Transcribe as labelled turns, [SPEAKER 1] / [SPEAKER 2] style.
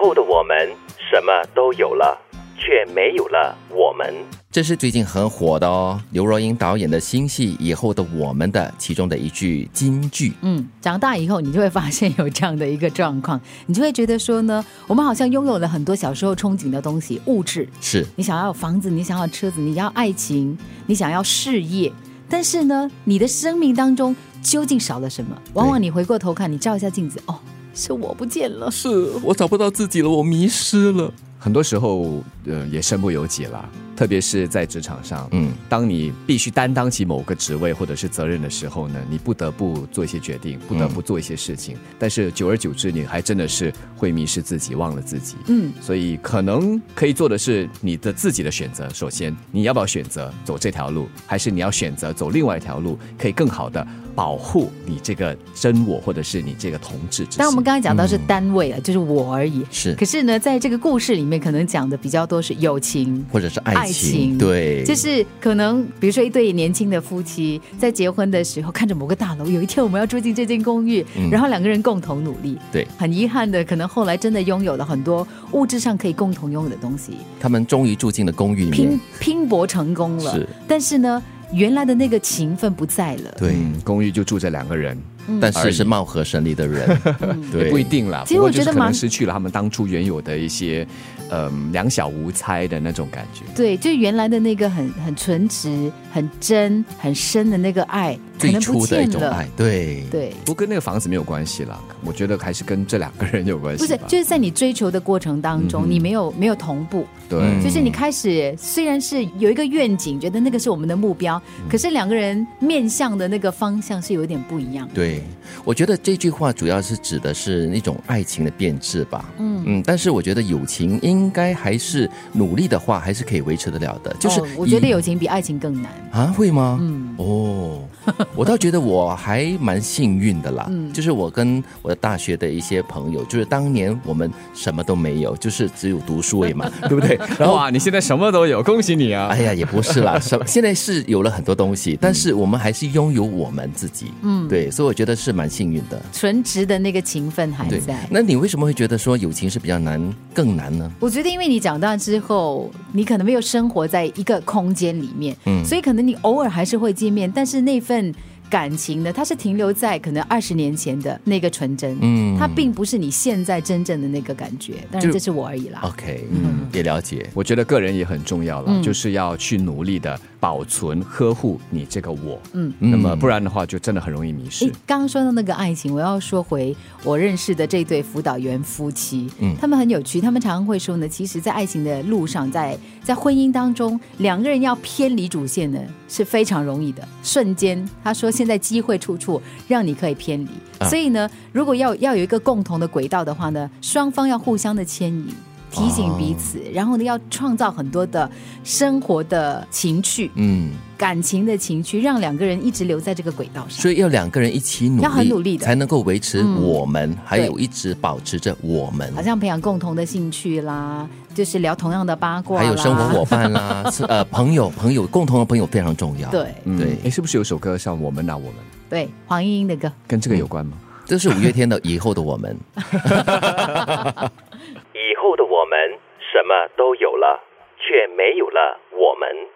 [SPEAKER 1] 后的我们什么都有了，却没有了我们。
[SPEAKER 2] 这是最近很火的哦，刘若英导演的新戏《以后的我们》的其中的一句金句。
[SPEAKER 3] 嗯，长大以后你就会发现有这样的一个状况，你就会觉得说呢，我们好像拥有了很多小时候憧憬的东西，物质。
[SPEAKER 2] 是，
[SPEAKER 3] 你想要房子，你想要车子，你要爱情，你想要事业，但是呢，你的生命当中究竟少了什么？往往你回过头看，你照一下镜子，哦，是我不见了。
[SPEAKER 2] 是我找不到自己了，我迷失了。
[SPEAKER 4] 很多时候，呃，也身不由己啦。特别是在职场上，
[SPEAKER 2] 嗯，
[SPEAKER 4] 当你必须担当起某个职位或者是责任的时候呢，你不得不做一些决定，不得不做一些事情。但是久而久之，你还真的是会迷失自己，忘了自己。
[SPEAKER 3] 嗯，
[SPEAKER 4] 所以可能可以做的是你的自己的选择。首先，你要不要选择走这条路，还是你要选择走另外一条路，可以更好的保护你这个真我或者是你这个同志之心。
[SPEAKER 3] 但我们刚才讲到是单位了，就是我而已。
[SPEAKER 2] 是
[SPEAKER 3] 可是呢，在这个故事里面，可能讲的比较多是友情。
[SPEAKER 2] 或者是爱情，
[SPEAKER 3] 爱情
[SPEAKER 2] 对，
[SPEAKER 3] 就是可能，比如说一对年轻的夫妻在结婚的时候，看着某个大楼，有一天我们要住进这间公寓，然后两个人共同努力。
[SPEAKER 2] 嗯对
[SPEAKER 3] 很遗憾的，可能后来真的拥有了很多物质上可以共同拥有的东西，
[SPEAKER 2] 他们终于住进了公寓里面
[SPEAKER 3] 拼。拼搏成功了。
[SPEAKER 2] 是
[SPEAKER 3] 但是呢，原来的那个情分不在了。
[SPEAKER 2] 对，
[SPEAKER 4] 嗯，公寓就住这两个人，
[SPEAKER 2] 但是是貌合神离的人，对，
[SPEAKER 4] 也不一定啦。
[SPEAKER 3] 其实
[SPEAKER 4] 不过
[SPEAKER 3] 我觉
[SPEAKER 4] 就是
[SPEAKER 3] 得
[SPEAKER 4] 可能
[SPEAKER 3] 蛮
[SPEAKER 4] 失去了他们当初原有的一些，嗯，两小无猜的那种感觉。
[SPEAKER 3] 对，就原来的那个很很纯直、很真、很深的那个爱， 可
[SPEAKER 2] 最
[SPEAKER 3] 能不
[SPEAKER 2] 初的一
[SPEAKER 3] 见
[SPEAKER 2] 种
[SPEAKER 3] 了
[SPEAKER 2] 爱。，对，
[SPEAKER 3] 对，
[SPEAKER 4] 不过跟那个房子没有关系啦，我觉得还是跟这两个人有关
[SPEAKER 3] 不
[SPEAKER 4] 系
[SPEAKER 3] 是
[SPEAKER 4] 吧。，
[SPEAKER 3] 就是在你追求的过程当中，你没有没有同步，
[SPEAKER 4] 对，
[SPEAKER 2] 嗯
[SPEAKER 3] 就是你开始虽然是有一个愿景，觉得那个是我们的目标，
[SPEAKER 2] 嗯
[SPEAKER 3] 可是两个人面向的那个方向是有点不一样的。
[SPEAKER 2] 对，我觉得这句话主要是指的是那种爱情的变质吧。嗯嗯，但是我觉得友情应该还是努力的话，还是可以维持得了的。就是、
[SPEAKER 3] 哦我觉得友情比爱情更难。
[SPEAKER 2] 啊，会吗？嗯，哦，我倒觉得我还蛮幸运的啦。嗯，就是我跟我的大学的一些朋友，就是当年我们什么都没有，就是只有读书而已 嘛，对不 对？然后
[SPEAKER 4] 哇，你现在什么都有，恭喜你啊！
[SPEAKER 2] 哎呀，也不是啦，什现在是有了很多东西，但是我们还是拥有我们自己。嗯，对，所以我觉得是蛮幸运的。
[SPEAKER 3] 纯直的那个情分还
[SPEAKER 2] 对
[SPEAKER 3] 在，。
[SPEAKER 2] 那你为什么会觉得说友情是比较难、更难呢？
[SPEAKER 3] 我觉得，因为你长大之后，你可能没有生活在一个空间里面，
[SPEAKER 2] 嗯
[SPEAKER 3] 所以可能你偶尔还是会见面，但是那份感情呢，它是停留在可能二十年前的那个纯真，
[SPEAKER 2] 嗯
[SPEAKER 3] 它并不是你现在真正的那个感觉。当然，
[SPEAKER 2] 就
[SPEAKER 3] 这是我而已啦。
[SPEAKER 2] OK，嗯，也了解。
[SPEAKER 4] 我觉得个人也很重要了，
[SPEAKER 3] 嗯
[SPEAKER 4] 就是要去努力的保存、呵护你这个我。嗯，那么不然的话，就真的很容易迷失
[SPEAKER 3] 诶。刚刚说到那个爱情，我要说回我认识的这对辅导员夫妻，
[SPEAKER 2] 嗯
[SPEAKER 3] 他们很有趣，他们常常会说呢，其实，在爱情的路上，在在婚姻当中，两个人要偏离主线呢是非常容易的，瞬间。他说，现在机会处处让你可以偏离，
[SPEAKER 2] 啊
[SPEAKER 3] 所以呢，如果要要有一个共同的轨道的话呢，双方要互相的牵引。提醒彼此，
[SPEAKER 2] 哦
[SPEAKER 3] 然后呢，要创造很多的生活的情趣、
[SPEAKER 2] 嗯，
[SPEAKER 3] 感情的情趣，让两个人一直留在这个轨道上。
[SPEAKER 2] 所以要两个人一起努力，
[SPEAKER 3] 要很努力的嗯
[SPEAKER 2] 才能够维持我们，还有
[SPEAKER 3] 对
[SPEAKER 2] 一直保持着我们
[SPEAKER 3] 好，像培养共同的兴趣啦，就是聊同样的八卦啦，
[SPEAKER 2] 还有生 活伙伴啦，是呃朋友，朋友共同的朋友非常重要。
[SPEAKER 3] 对
[SPEAKER 4] 嗯
[SPEAKER 2] 对，
[SPEAKER 4] 哎，是不是有首歌像《我们啊我们》
[SPEAKER 3] 对黄莺莺的歌。
[SPEAKER 4] 跟这个有关吗？
[SPEAKER 2] 这是五月天的以后的我们。
[SPEAKER 1] 以后的我们什么都有了，却没有了我们。